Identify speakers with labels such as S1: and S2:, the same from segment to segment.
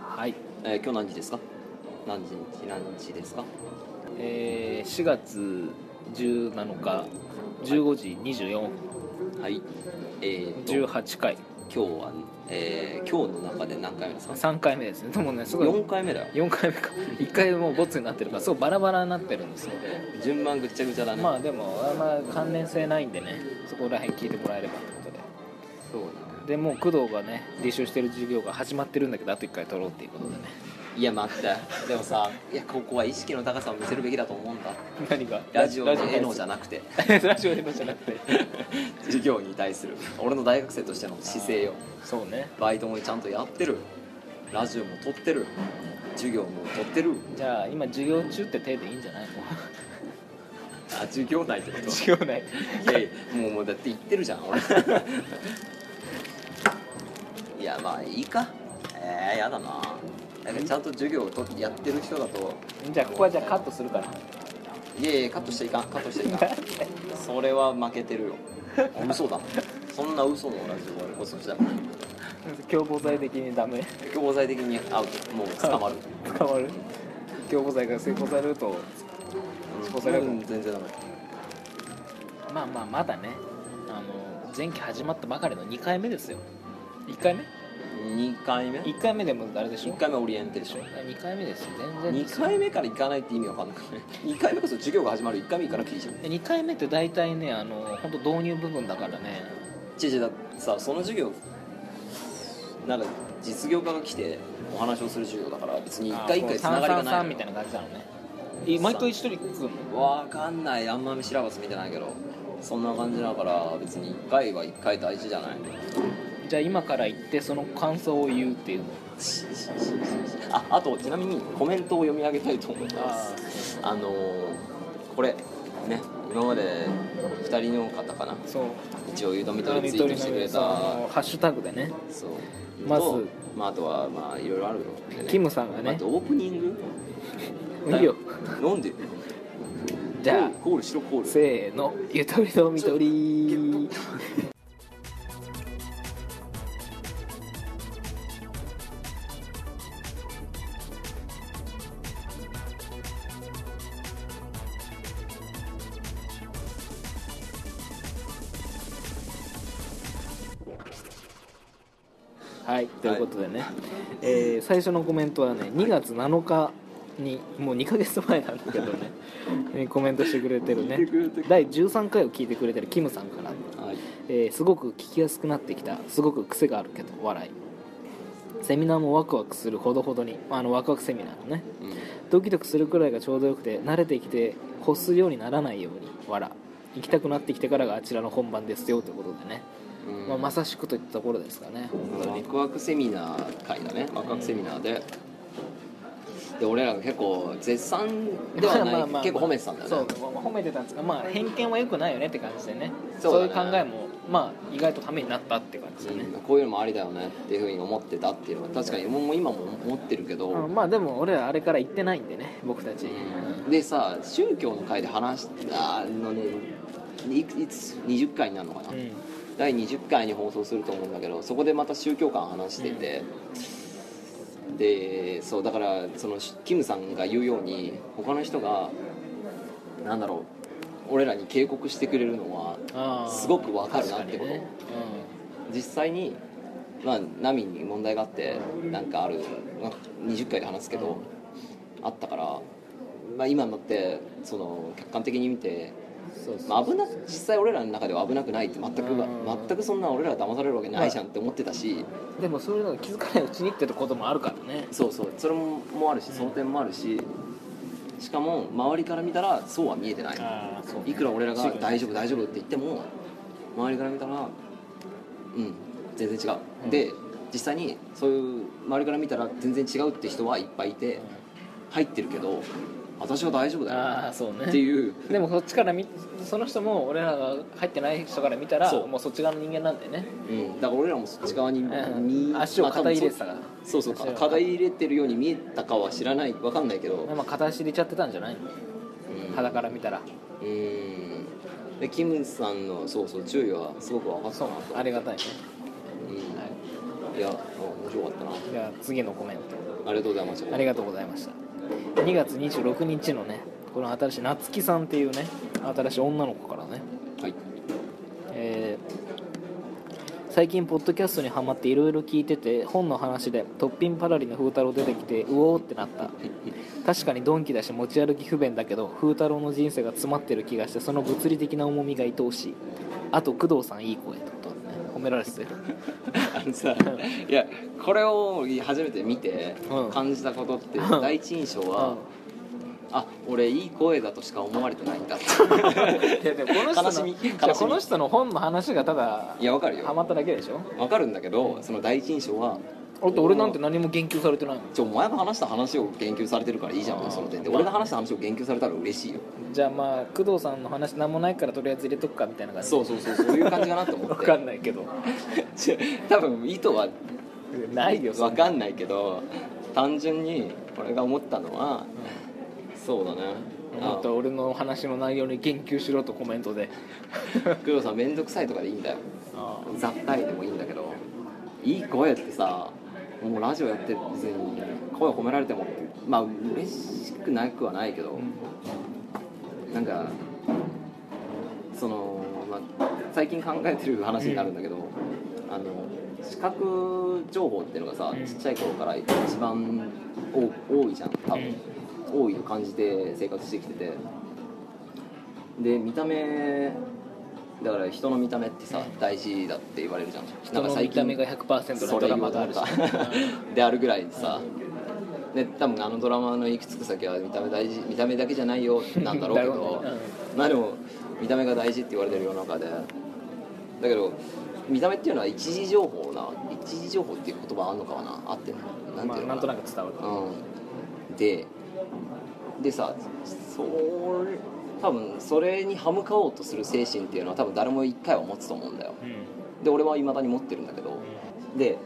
S1: はい、
S2: えー今日何時ですか何時何時ですか
S1: えー、4月17日15時24分
S2: はいえー、と
S1: 18回
S2: 今日は、えー今日の中で何回目ですか
S1: 3回目ですねでもねすごい
S2: 4回目だよ
S1: 4回目か1回もうボツになってるからすごいバラバラになってるんですよ
S2: 順番ぐっちゃぐちゃだね、
S1: まあでもあんま関連性ないんでねそこら辺聞いてもらえればってことで
S2: そう
S1: でもう工藤がね履修してる授業が始まってるんだけどあと1回取ろうっていうことでね
S2: だいや待ってでもさいやここは意識の高さを見せるべきだと思うんだ
S1: 何が
S2: ラジオの絵のじ
S1: ゃ
S2: ゃなくて
S1: な ラジオ絵のじゃなくて
S2: 授業に対する俺の大学生としての姿勢よ
S1: そうね
S2: バイトもちゃんとやってるラジオも撮ってる授業も撮ってる
S1: じゃあ今授業中って手でいいんじゃないの
S2: あ授業内ってこと
S1: 授業ない
S2: いやいやもうもうだって言ってるじゃん俺 いやまあいいかえー、やだななんかちゃんと授業をとやってる人だと
S1: じゃあここはじゃあカットするから
S2: いやいやカットしちゃいかんカットしちゃいかんそれは負けてるよ嘘だもんそんな嘘のラジオ俺こそしたもん
S1: 共謀罪的にダメ
S2: 教材的にアウトもう捕まる
S1: 捕まる共謀罪が成功されると
S2: うん
S1: 捕まる
S2: うん全然ダメ
S1: まあまあまだねあの前期始まったばかりの2回目ですよ1回目
S2: 2回目
S1: ?1 回目でもあれでしょ
S2: 1回目オリエンテーション
S1: 2回目ですよ全然
S2: 2回目から行かないって意味わかんなくない2回目こそ授業が始まる1回目行かなくていいじゃん
S1: 2回目って大体ねあの本当導入部分だからね
S2: 違う違うだってさその授業なんか実業家が来てお話をする授業だから別に1回1回つながりがない
S1: 333
S2: の
S1: み
S2: よ
S1: たいな感じなのねえ毎回一人来るの
S2: わかんないあんまり調べ見てないけどそんな感じだから別に1回は1回大事じゃない
S1: じゃあ今から行ってその感想を言うっていうの
S2: ああとちなみにコメントを読み上げたいと思いますあのーこれね今まで2人の方かな
S1: そう
S2: 一応ゆとみとでツイートしてくれた
S1: ハッシュタグでね
S2: そう
S1: まず
S2: とまあ、あとはまあいろいろあるよ、でね
S1: キムさんがね
S2: 待ってオープニング
S1: いいよ
S2: なんで
S1: じゃあ
S2: コールしろコール
S1: せーのゆとりのみとりはいということでね、えー最初のコメントはね2月7日にもう2ヶ月前なんだけどねえーコメントしてくれてるね
S2: 聞いてくれてる
S1: 第13回を聞いてくれてるキムさんから、
S2: はい
S1: えーすごく聞きやすくなってきたすごく癖があるけど笑いセミナーもワクワクするほどほどにあのワクワクセミナーのね
S2: う
S1: ドキドキするくらいがちょうどよくて慣れてきて欲すようにならないように笑行きたくなってきてからがあちらの本番ですよということでね、
S2: ん
S1: まあ、まさしくといったところですかね本当
S2: ワ
S1: に
S2: クワクセミナー会だねワクワクセミナーで、で俺らが結構絶賛ではない、結構褒めてたんだよね
S1: そうまあ褒めてたんですがまあ偏見はよくないよねって感じでね
S2: そうだね
S1: いう考えもまあ意外とためになったって感じでね
S2: うん、こういうのもありだよねっていうふうに思ってたっていうのは確かにもう今も思ってるけど、
S1: うんまあでも俺らあれから行ってないんでね僕たち、
S2: でさ宗教の会で話したあのねいくいつ20回になるのかな、
S1: うん
S2: 第20回に放送すると思うんだけどそこでまた宗教観話してて、でそうだからそのキムさんが言うように他の人がなんだろう俺らに警告してくれるのは
S1: あー
S2: すごくわかるなってこ
S1: 確
S2: と
S1: かにね
S2: 実際に、まあ、ナミに問題があってなんかある、まあ、20回で話すけど、あったから、まあ、今になってその客観的に見て、
S1: うんそうそう
S2: まあ、危なく実際俺らの中では危なくないって全く
S1: うん
S2: 全くそんな俺らが騙されるわけないじゃんって思ってたし、
S1: でもそういうのが気づかないうちにってこともあるからね
S2: そうそうそれももあるしその点もあるし、しかも周りから見たらそうは見えてない。
S1: ああそう
S2: いくら俺らが「大
S1: 丈
S2: 丈夫大丈夫」って言っても周りから見たらうん全然違う、
S1: うん
S2: で実際にそういう周りから見たら全然違うって人はいっぱいいて入ってるけど私は大丈夫だよ
S1: ああそうね
S2: っていう
S1: でもそっちから見その人も俺らが入ってない人から見たら
S2: そう
S1: もうそっち側の人間なんでね、
S2: うん、だから俺らもそっち側に、
S1: うん、足を肩入れてたから、
S2: まあ多分そうそう
S1: 足を
S2: そう肩入れてるように見えたかは知らないわかんないけど、
S1: まあ、片足入れちゃってたんじゃないの
S2: うん
S1: 肌から見たら
S2: うんでキムさんのそうそう注意はすごく分かったなと
S1: ありがたいね
S2: うんいや面白かったな
S1: じゃあ次のコメント
S2: ありがとうございました
S1: ありがとうございました2月26日のねこの新しい夏希さんっていうね新しい女の子からね、
S2: はい
S1: えー最近ポッドキャストにハマっていろいろ聞いてて本の話で「トッピンパラリの風太郎」出てきてうおーってなった確かにドンキだし持ち歩き不便だけど風太郎の人生が詰まってる気がしてその物理的な重みが愛おしいあと工藤さんいい声ってことだね褒められてる
S2: あのさいやこれを初めて見て
S1: うん
S2: 感じたことって
S1: うん
S2: 第一印象
S1: う
S2: は
S1: ん
S2: あ俺いい声だとしか思われてないんだっ て
S1: いやでもこの人の
S2: 悲しみ
S1: じゃあ
S2: 悲しみ
S1: この人の本の話がただ
S2: いやわかる
S1: ハ
S2: よ
S1: マっただけでしょ
S2: わかるんだけどその第一印象は
S1: だって俺なんて何も言及されてないもん
S2: ちょお前が話した話を言及されてるからいいじゃんその点で俺が話した話を言及されたら嬉しいよ
S1: じゃあまあ工藤さんの話何もないからとりあえず入れとくかみたいな感じ
S2: そうそうそうそういう感じかなと思
S1: 分
S2: って
S1: かんないけど
S2: ちょ 多分意図は
S1: ないよそんな
S2: わかんないけど単純に俺が思ったのはそうだね
S1: もっと俺の話の内容に言及しろとコメントで
S2: あ工藤さん面倒くさいとかでいいんだよ
S1: あ
S2: 雑貨でもいいんだけどいい声ってさもうラジオやって別に声褒められてもってまあ嬉しくなくはないけど、なんかその、まあ、最近考えてる話になるんだけど、あの視覚情報っていうのがさ、
S1: うん
S2: ちっちゃい頃から一番多多いじゃん多分、多いと感じて生活してきててで見た目だから人の見た目ってさ、大事だって言われるじゃん
S1: 人の見た目が100%の
S2: そ
S1: ド
S2: れ
S1: ラ
S2: 言
S1: マ
S2: おうと
S1: があ
S2: 思
S1: る
S2: っ
S1: した
S2: であるぐらいでさ、で多分あのドラマのいくつく先は見た目大事見た目だけじゃないよなんだろうけ
S1: だろ
S2: ど
S1: うね
S2: まあでも見た目が大事って言われてる世の中でだけど見た目っていうのは一時情報な一時情報っていう言葉あんのかはなあってんの
S1: ま
S2: て
S1: あ
S2: いう
S1: な
S2: のか
S1: んとなく伝わる
S2: うん、ででさそれ多分それに歯向かおうとする精神っていうのは多分誰も一回は持つと思うんだよ
S1: うん
S2: で俺はいまだに持ってるんだけどで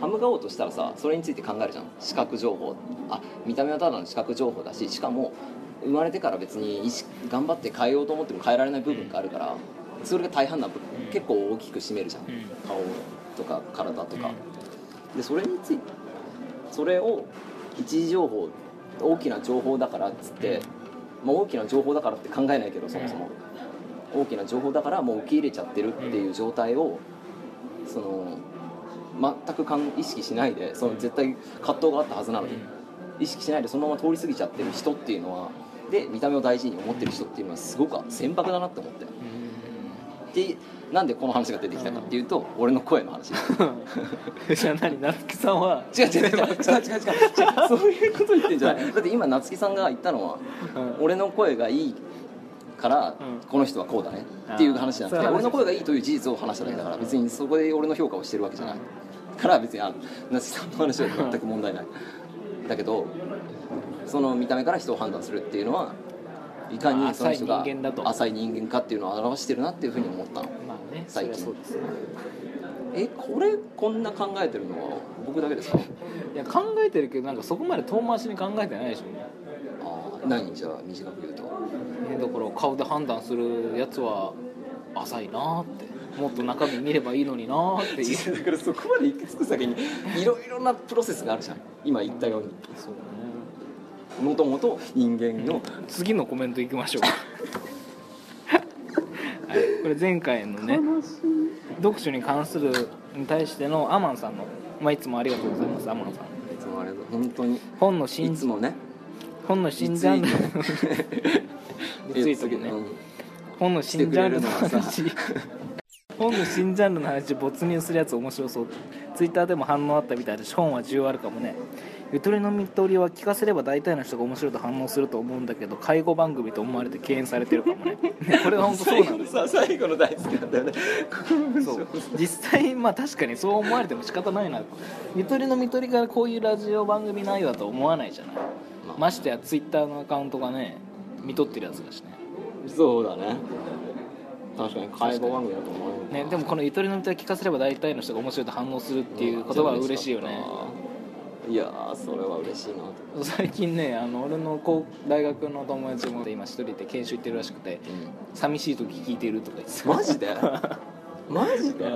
S2: 歯向かおうとしたらさそれについて考えるじゃん視覚情報あ見た目はただの視覚情報だししかも生まれてから別に意識頑張って変えようと思っても変えられない部分があるからそれが大半な部分
S1: うん
S2: 結構大きく占めるじゃん
S1: うん
S2: 顔とか体とかでそれについてそれを一時情報大きな情報だからっつって、まあ、大きな情報だからって考えないけどそもそも、大きな情報だからもう受け入れちゃってるっていう状態をその全くかん意識しないでその絶対葛藤があったはずなのに、意識しないでそのまま通り過ぎちゃってる人っていうのはで見た目を大事に思ってる人っていうのはすごく船舶だなって思ってでなんでこの話が出てきたかっていうと、俺の声の話。
S1: うんじゃあ何夏木さん は
S2: 違う違う違う違う違う違う違うそういうこと言ってんじゃないだって今夏木さんが言ったのは
S1: うん
S2: 俺の声がいいから
S1: うん
S2: この人はこうだねっていう話じゃなくて
S1: あーそう
S2: 俺の声がいいという事実を話しただけだから別にそこで俺の評価をしてるわけじゃないから別にあの夏木さんの話は全く問題ないだけどその見た目から人を判断するっていうのはいかにその人が
S1: 浅い人間だと
S2: 浅い人間かっていうのを表してるなっていうふうに思ったの
S1: まあね
S2: 最近
S1: そりゃそうですね
S2: えこれこんな考えてるのは僕だけですか
S1: いや考えてるけどなんかそこまで遠回しに考えてないでしょ
S2: ああ何じゃあ短く言うと
S1: ねだから顔で判断するやつは浅いなーってもっと中身見ればいいのになーっていう
S2: いやだから そこまで行き着く先にいろいろなプロセスがあるじゃん今言ったように
S1: そうね
S2: もともと人間の
S1: 次のコメントいきまし ょうはいこれ前回のね読書に関するに対してのアマンさんの、まあ、いつもありがとうございますアマンさん
S2: いつもあれだ本当に
S1: 本の
S2: い
S1: 新
S2: つもね
S1: 本の新ジャンル
S2: リツイ
S1: リツイートもね本の新ジャンルの 話本の新ジャンルの話没入するやつ面白そうツイッターでも反応あったみたいだし本は需要あるかもねゆとりの見取りは聞かせれば大体の人が面白いと反応すると思うんだけど介護番組と思われて敬遠されてるかもねねこれは本当そう
S2: 最
S1: な
S2: 後
S1: ん
S2: の
S1: です
S2: さ最後の大好きなんだよねこの文章
S1: そう 実際まあ確かにそう思われても仕方ないなゆとりの見取りがこういうラジオ番組内容だと思わないじゃないましてやツイッターのアカウントがね見取ってるやつだしね
S2: そうだね確かに介護番組だと思う
S1: ね、でもこのゆとりの歌を聞かせれば大体の人が面白いと反応するっていう言葉は嬉しいよね
S2: いやーそれは嬉しいなと
S1: 最近ねあの俺の高大学の友達も今一人で研修行ってるらしくて寂しい時聞いてるとか言 ってた
S2: マジでマジで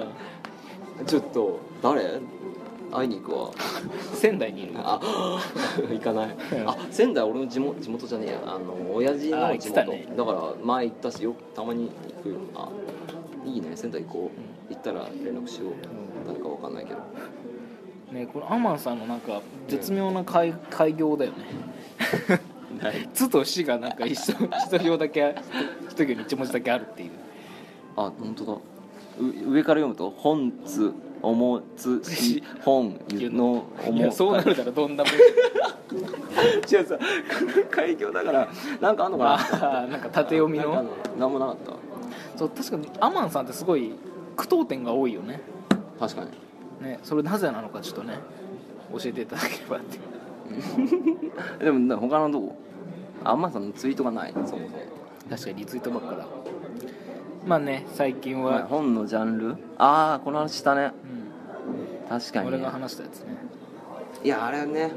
S2: ちょっと誰会いに行くわ
S1: 仙台にいるの
S2: あ行かないあ仙台俺の地元地元じゃねえやあの親父
S1: あ
S2: の
S1: 行って
S2: 地
S1: た
S2: 元、
S1: ね
S2: だから前行ったしよくたまに行くよあいいね仙台行こう行ったら連絡しよう、誰かわかんないけど
S1: ねこのアマンさんのなんか絶妙な開開業だよね「つ」と「し」がなんか一緒一行だけ一行に一文字だけあるっていう
S2: あ本当だう上から読むと「本つおもつし 本のお
S1: い
S2: も
S1: や」そうなるだろどんな文
S2: 違うさ開業だからなんかあんの
S1: 字あーなんか縦読み
S2: な
S1: の
S2: んかあんなんもなかっ
S1: そう確かにアマンさんってすごい句読点が多いよね
S2: た確かに
S1: ねそれなぜなのかちょっとね教えていただければって
S2: でもな他のどこあんまさんのツイートがないそもそも、
S1: 確かにリツイートばっかだまあね最近は、
S2: はい本のジャンルああこの話したね確か
S1: うん、
S2: に、
S1: 俺
S2: ね
S1: が、話したやつね
S2: いやあれね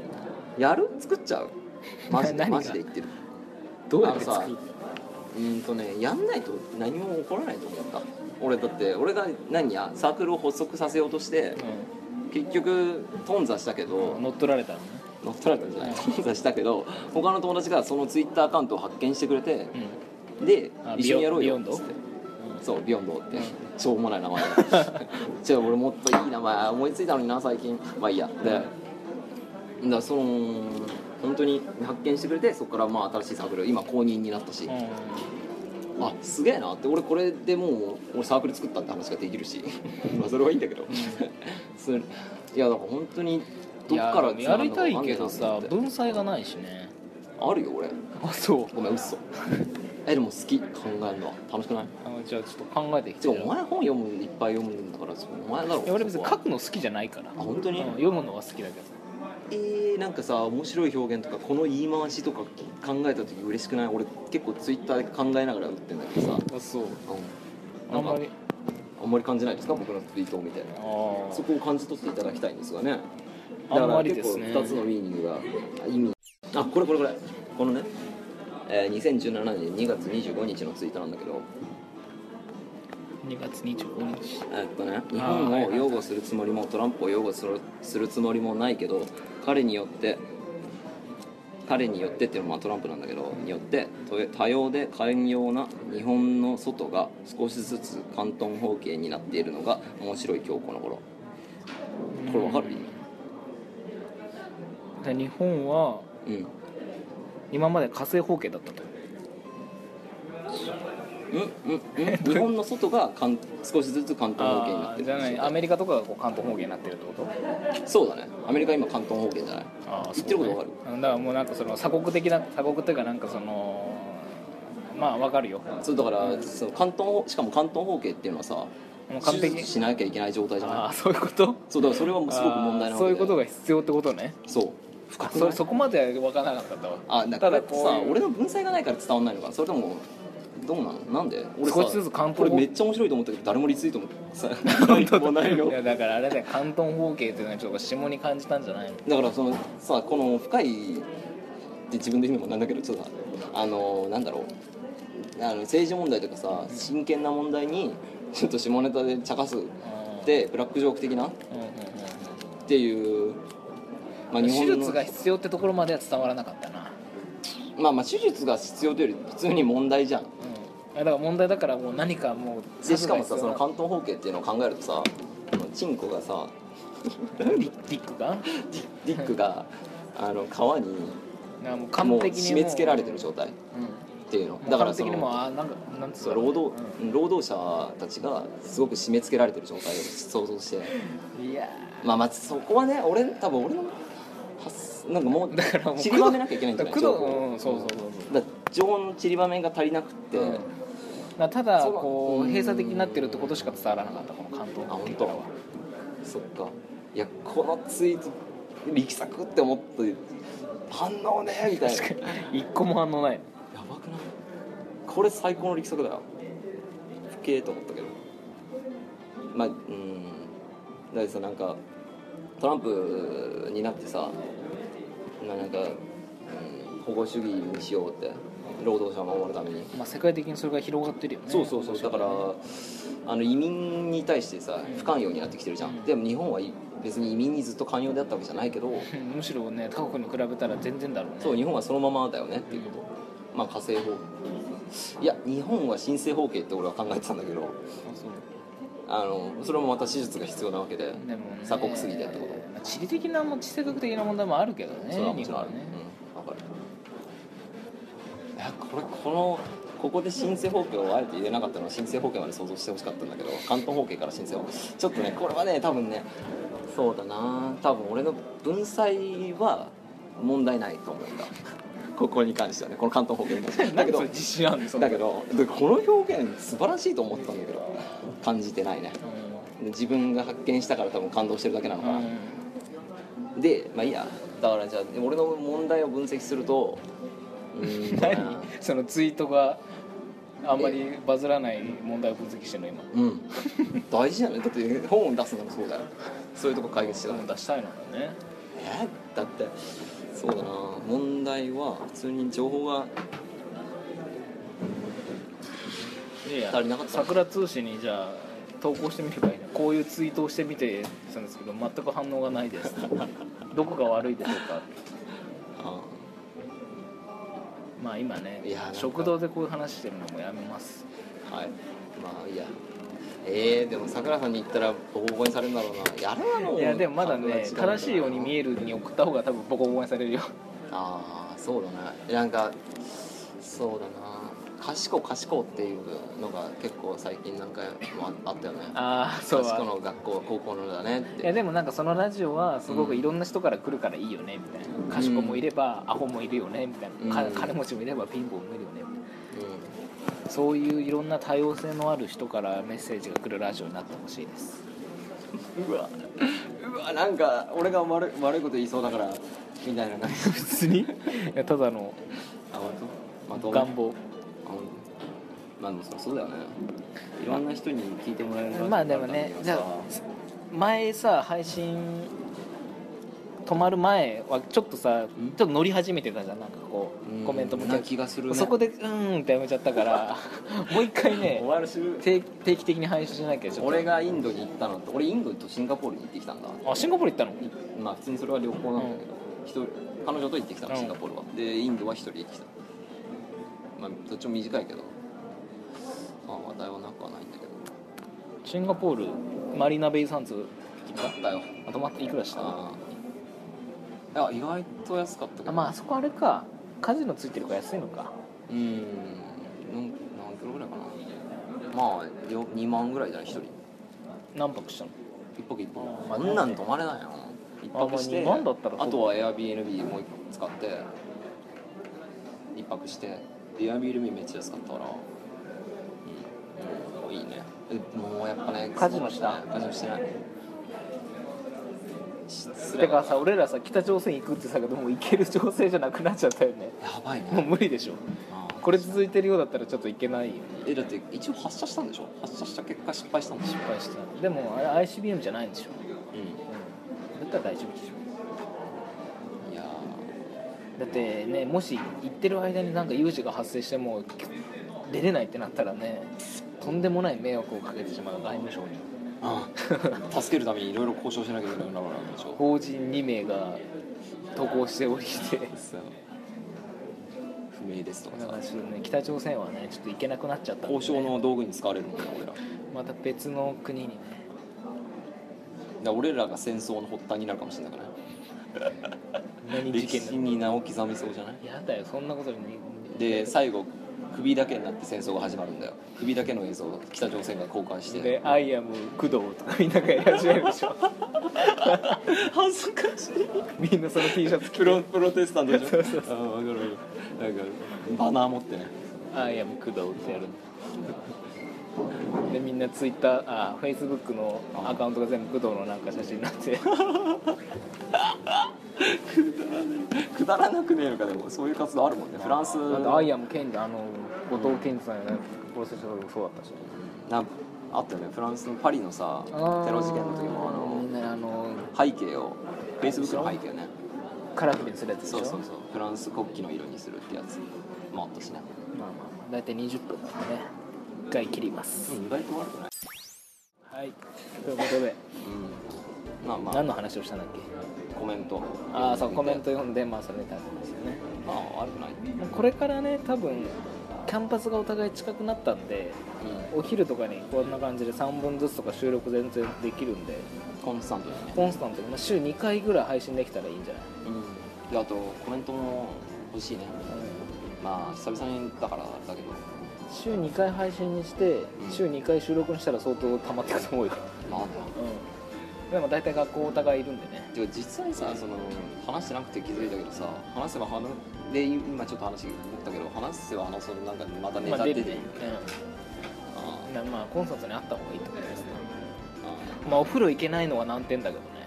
S2: やる作っち ゃうマジで
S1: 何が
S2: マジで言ってる
S1: どうや
S2: あ
S1: っ
S2: の
S1: て
S2: さ
S1: 作る
S2: うーんとねやんないと何も起こらないと思った俺だって俺が何やサークルを発足させようとして結局頓挫したけ
S1: う
S2: ど
S1: ん乗っ取られたのね
S2: 乗っ取られたんじゃない頓挫したけど他の友達がそのツイッターアカウントを発見してくれて
S1: うん
S2: で
S1: あ
S2: 一緒にやろう
S1: ビヨ
S2: よ
S1: ン
S2: っ
S1: ビヨ
S2: つ
S1: ン
S2: っ
S1: ド
S2: てそうビヨンドってしょうもな い名前違う俺もっといい名前思いついたのにな最近まあいいやでだからその本当に発見してくれてそこからまあ新しいサークル今公認になったし、あすげえなって俺これでもう俺サークル作ったって話ができ るしまあそれはいいんだけど それいやだから本当に
S1: うん
S2: どっから
S1: いやや
S2: 繋がる
S1: り
S2: のか
S1: た
S2: わか
S1: い
S2: んね
S1: け
S2: えな
S1: ど
S2: と思
S1: さ
S2: って
S1: 文才がないしね
S2: あるよ俺
S1: あそう
S2: ごめ ん嘘えでも好き考えるのは楽しくない
S1: あじゃあちょっと考えてき
S2: て
S1: て
S2: かお前本読むいっぱい読むんだからそうお前だろ
S1: いや俺別に
S2: そこ
S1: 書
S2: は
S1: くの好きじゃないから
S2: あ本当に
S1: うん読むのは好きだけど
S2: えー、なんかさ面白い表現とかこの言い回しとか考えた時嬉しくない俺結構ツイッターで考えながら打ってんだけどさ、
S1: あそう
S2: うん、
S1: あ
S2: なん
S1: ん
S2: か
S1: まり
S2: あんまり感じないですか僕のツイートを見て
S1: あ
S2: そ
S1: ー
S2: こを感じ取っていただきたいんですがね
S1: あんまりですね
S2: だから結構2つのミーニングがあ意味あこれこれこれこのね、えー、2017年2月25日のツイートなんだけど
S1: 2月25日
S2: えっとね日本を擁護するつもりもトランプを擁護するするつもりもないけど彼によって彼によってっていうのはまあトランプなんだけどによってと多様で寛容な日本の外が少しずつ広東方形になっているのが面白い今日この頃これわかる意
S1: で日本は
S2: 味うん
S1: 今まで火星方形だったと
S2: うん うんうん日本の外がかん少しずつ関東方形になってる
S1: じゃないアメリカとかがこう関東方形になってるってこと
S2: そうだねアメリカ今関東方形じゃない
S1: ああ
S2: 言ってることわかる
S1: だからもうなんかその鎖国的な鎖国というかなんかそのまあわかるよ
S2: そうだからその関東しかも関東方形っていうのはさ
S1: もう完
S2: 手
S1: 璧
S2: 術しなきゃいけない状態じゃ
S1: あ
S2: な
S1: あ
S2: い
S1: そういうこと
S2: そうだからそれはもうすごく問題なわけで
S1: あーそういうことが必要ってことね
S2: そう
S1: あ
S2: 深くな
S1: そ
S2: い
S1: そこまでは分からなかったわ
S2: あだ
S1: た
S2: か
S1: だ
S2: ら
S1: こう
S2: さ俺の文才がないから伝わんないのかなそれともどうなのなんで俺さ
S1: 少しずつ関
S2: こ
S1: 東
S2: れめっちゃ面白いと思ったけど誰もリツイートも さもないの
S1: いやだからあれだよ関東方形っていうのはちょっと下に感じたんじゃないの
S2: だからそのさこの深いって自分で言うのもなんだけどちょっとさあのなんだろうあの政治問題とかさ真剣な問題にちょっと下ネタで茶化すでブラックジョーク的なっ
S1: うんうんうんうん
S2: ていう、まあ、
S1: 手
S2: の
S1: 術が必要ってところまでは伝わらなかったな、
S2: まあまあ手術が必要というより普通に問題じゃん
S1: うん、あだから問題だからもう何かもう
S2: でしかもさ
S1: 策
S2: その
S1: が必要
S2: 関東方形っていうのを考えるとさチンコがさ
S1: なディディックが
S2: ディックがあの川に
S1: なもう完
S2: もう
S1: 璧に
S2: 締め付けられてる状態っ
S1: うんも
S2: ていうの
S1: う
S2: だから
S1: 完
S2: そ
S1: 璧にもう
S2: の
S1: あなんかなんつうの
S2: 労働労働者たちがすごく締め付けられてる状態を想像して
S1: うんいや
S2: まあまあそこはね俺多分俺の発なんかもう
S1: だからもう
S2: 散りばめなきゃいけないんじゃない
S1: 工藤
S2: 情報
S1: うんそうそうそうそ
S2: だから情報の散りばめが足りなく
S1: ー
S2: て、
S1: うんだからただ
S2: その
S1: こ
S2: う
S1: うん閉鎖的になってるってことしか伝わらなかったこの関東
S2: あ本当そっかいやこのツイート力作って思って反応ねみたいなや
S1: 一個も反応ない
S2: ばくないこれ最高の力作だよ不敬と思ったけどまあうんだってさなんかトランプになってさまあなんか、うん、保護主義にしようって労働者を守るために
S1: まあ世界的にそれが広がってるよね
S2: そうそうそうだからあの移民に対してさ不寛容になってきてるじゃん、でも日本はい別に移民にずっと寛容であったわけじゃないけど
S1: むしろね他国に比べたら全然だろうね
S2: そう日本はそのままだよねっていうことまあ火星法いや日本は新生方形って俺は考えてたんだけど
S1: あそう
S2: あのそれもまた手術が必要なわけで
S1: でもね
S2: 鎖国すぎてってこと
S1: まあ地理的なも地政学的な問題もあるけどね
S2: それはもちろんある、
S1: 日本はね
S2: うんわかるいやこれこのここで新生方形をあえて入れなかったのは新生方形まで想像してほしかったんだけど関東方形から新生方形ちょっとねこれはね多分ねそうだな多分俺の文才は問題ないと思うんだここに関してはねこの関東方形に関してはだ
S1: だ
S2: け
S1: けど
S2: ど
S1: 自信あるんです
S2: だけどでこの表現素晴らしいと思ったんだけど感じてないねで自分が発見したから多分感動してるだけなのかな、でまあいいやだからじゃあ俺の問題を分析するとうーん
S1: 何そのツイートがあんまりバズらない問題を分析してるの今
S2: うん大事じゃないだって本を出すのもそうだよそういうとこ解決してたもんだ
S1: 出したいのかね
S2: えだってそうだな問題は普通に情報が
S1: いや
S2: 足りなかった
S1: 桜通信にじゃあ投稿してみればいいなこういうツイートをしてみてたんですけど全く反応がないです どこが悪いでしょうか
S2: あ
S1: まあ今ね
S2: いやなんか
S1: 食堂でこういう話してるのもやめます
S2: はいまあいいやえー、でもさくらさんに言ったらボコボコにされるんだろうなやれはもう
S1: い
S2: い
S1: やでもまだね正しいように見えるに送った方が多分ボコボコにされるよ
S2: ああそうだねなんかそうだな賢賢っていうのが結構最近なんかもああったよね
S1: ああそう
S2: 賢の学校高校のだねっ
S1: いや
S2: て
S1: でもなんかそのラジオはすごくいろんな人から来るからいいよねみたいな賢もいればアホもいるよねみたいな、
S2: うん
S1: か金持ちもいれば貧乏もいるよねみたいなそういういろんな多様性のある人からメッセージが来るラジオになってほしいです
S2: うんうわうわなんか俺が悪い悪いこと言いそうだからみたいな感じ
S1: 別 にただの
S2: あまとまと
S1: 願望
S2: まあでもそうそうだよねいろんな人に聞いてもらえるラジオ
S1: まあでもね
S2: にな
S1: じゃ
S2: る
S1: あ
S2: ためにはさ
S1: 前さ配信止まる前はちょっとさちょっと乗り始めてたじゃんなんかこ
S2: うん
S1: うコメントも来て
S2: な気がするね
S1: そこでうーんってやめちゃったから もう一回ね
S2: 終わるし
S1: 定定期的に配信しなきゃちょっと
S2: 俺がインドに行ったのと俺インドとシンガポールに行ってきたんだ
S1: あシンガポール行ったの
S2: まあ普通にそれは旅行なんだけど、一人彼女と行ってきたの
S1: うん
S2: シンガポールは、でインドは一人で行ってきたまあどっちも短いけどまあ話題はなくはないんだけど
S1: シンガポールマリーナベイサンズ
S2: だったよ
S1: あ泊まっていくらした
S2: ああいや意外と安かったけど
S1: あまああそこあれかカジノついてるから安いのか
S2: うんなん何キロぐらいかなまあよ2万ぐらいだね一人
S1: 何泊したの
S2: 一泊一泊
S1: あ
S2: あんなん泊まれないよ一
S1: あま
S2: 泊
S1: あ
S2: して
S1: 二万だったらそう
S2: あとは Airbnb もう一個使って一泊して Airbnb めっちゃ安かったからうんもういいねえもうやっぱね
S1: カジノした
S2: カジノしてない失
S1: だからさ俺らさ北朝鮮行くってさでもう行ける情勢じゃなくなっちゃったよね
S2: やばい
S1: もう
S2: ね
S1: 無理でしょ
S2: あー
S1: これ続いてるようだったらちょっと行けないよ
S2: えだって一応発射したんでしょ発射した結果失敗したんでし
S1: 失敗したでもあれ ICBM じゃないんでしょ、
S2: ょう
S1: うん、だったら大丈夫でしょ
S2: んいや
S1: だってねもし行ってる間になんか有事が発生しても出れないってなったらねとんでもない迷惑をかけてしまう外務省に
S2: ー助けるためにいろいろ交渉しなきゃいけないんだからでしょ
S1: 法人2名が渡航しておりて
S2: そう不明ですとか
S1: だから
S2: さ
S1: ちょっとね北朝鮮はねちょっと行けなくなっちゃったんでね
S2: 交渉の道具に使われるもんね俺らだか
S1: また別の国にね
S2: ら俺らが戦争の発端になるかもしれないからね
S1: 何事
S2: 歴
S1: 件
S2: 史に名を刻みそうじゃない
S1: やだよそんなことに
S2: で最後首だけになって戦争が始まるんだよ首だけの映像を北朝鮮が公開して
S1: で「アイアム工藤」とかみんながやり始めるでし ょ
S2: 恥ずかしい
S1: みんなその T シャツ着
S2: プ
S1: て
S2: ロプロテスタントでしょそうそうそう分かる分かるなんかバナー持ってね
S1: 「アイアム工藤」ってやるの でみんなツイッターあフェイスブックのアカウントが全部工藤のなんか写真になって
S2: くだらなくねえのかでもそういう活動あるもんねフランス
S1: あと「アイアム健二」あの後藤健二さんやね殺した時もそうだったし
S2: なんかあったよねフランスのパリのさテロ事件の時もあ
S1: み
S2: の
S1: んなあの
S2: 背景をフェイスブックの背景をね
S1: カラフルにするやつでしょ
S2: そうそうそうフランス国旗の色にするってやつもあったしね
S1: まあまあまあ大体20分なんでね一回切ります、
S2: 意外と悪くな
S1: は
S2: い
S1: いということで
S2: うまあまあ
S1: 何の話をしたんだっけ
S2: コメント
S1: ああそうコメン
S2: ト
S1: ト読んでまあそれに対するですよね
S2: まあ悪くない、うん
S1: これからね多分キャンパスがお互い近くなったんでお昼とかにこんな感じで3本ずつとか収録全然できるんで
S2: コンスタントにね、
S1: コンスタントにまあ週2回ぐらい配信できたらいいんじゃない
S2: うん、であとコメントも欲しいねまあ久々にだからだけど
S1: 週2回配信にして
S2: ん
S1: 週2回収録にしたら相当溜まってくと思うよ、
S2: まあね
S1: うん、でも大体学校お互いいるんでね
S2: でも実際さその話してなくて気づいたけどさ話せば話で今ちょっと話持ったけど話せば話そうなんかまたネ
S1: ま
S2: タ
S1: あ
S2: 出
S1: 出
S2: て
S1: る
S2: る、
S1: う
S2: あ
S1: んなまあコンスタントにあった方がいいってことですね
S2: ああ
S1: まあお風呂行けないのは難点だけどね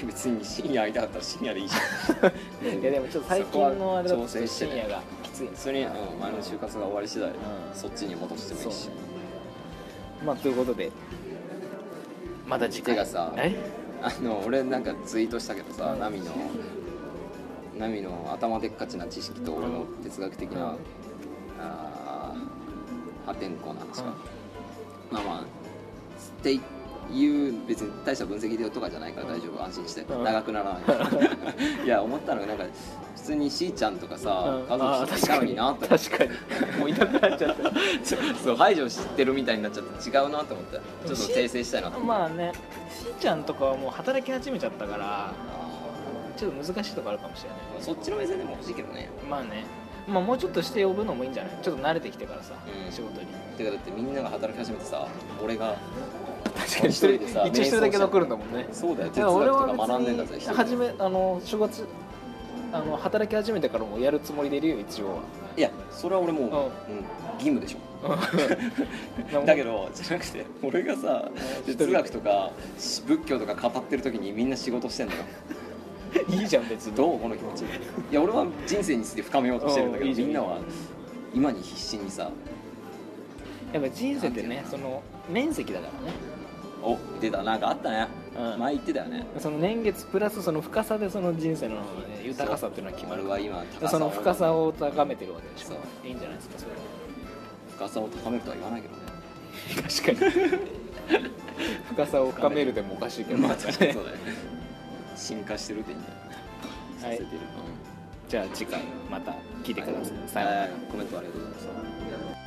S2: あ別に深夜会いたかったら深夜でいいじゃん
S1: いやでもちょっと最近のあれだ
S2: そこ
S1: と
S2: は調整して
S1: 深
S2: ね
S1: 夜がきついんです
S2: それに、うん、前の就活が終わり次第、
S1: ん
S2: そっちに戻してもいいし
S1: そうまあということでまた次
S2: て
S1: 回
S2: かさ
S1: え
S2: あの俺なんかツイートしたけどさ
S1: うん
S2: ナミのナミの頭でっかちな知識と俺の哲学的
S1: う
S2: なんあー破天荒な話
S1: う
S2: か
S1: ん
S2: まあまあっていう別に大した分析とかじゃないから大丈夫安心して
S1: うん
S2: 長くならない いや思ったのがなんか普通にしーちゃんとかさ家
S1: ああ
S2: 族しかいたのになと思って
S1: 確かにもういなくなっちゃった
S2: そう排除してるみたいになっちゃって違うなと思ってちょっと訂正したいなと思って
S1: まあねしーちゃんとかはもう働き始めちゃったからちょっと難しいとこあるかもしれない
S2: そっちの目線でも欲しいけどね
S1: まあねまあもうちょっとして呼ぶのもいいんじゃないちょっと慣れてきてからさ、
S2: うん
S1: 仕事に
S2: てかだってみんなが働き始めてさ俺が
S1: 確
S2: かに一人でさ
S1: 一応一人だけ残るんだもんね
S2: そうだよ
S1: だか
S2: 哲
S1: ら
S2: 学
S1: 俺
S2: とか
S1: は
S2: 学んでんだ
S1: 別
S2: ぜ
S1: に
S2: 一人
S1: 初
S2: で
S1: めあの正月あの働き始めてからもやるつもりでいるよ一応
S2: いやそれは俺もう、うん義務でしょ
S1: は
S2: だけどじゃなくて俺がさ
S1: うん
S2: 哲学とかし仏教とか語ってる時にみんな仕事してんだよ
S1: いいじゃん別に
S2: どうこの気持ちいや俺は人生について深めようとしてるんだけ
S1: うんいいじ
S2: ど
S1: ゃ
S2: み
S1: ん
S2: んなは今に必死にさ
S1: やっぱ人生ってねその面積だからね
S2: お出たなんかあったね、
S1: うん
S2: 前言ってたよね
S1: その年月プラスその深さでその人生の、ね、豊かさっていうのは決まる
S2: 俺は今高さ
S1: そ
S2: を
S1: の深さを高めてるわけでし
S2: そう
S1: ょいいんじゃないですかそれ
S2: 深さを高めるとは言わないけどね
S1: 確かに 深さを深めるでもおかしいけど、
S2: まあ確か にそうだよね進化してるって言うんだよ
S1: はい
S2: させてる、うん
S1: じゃあ次回また聞いてください、さようなら
S2: はいコメントありがとうございました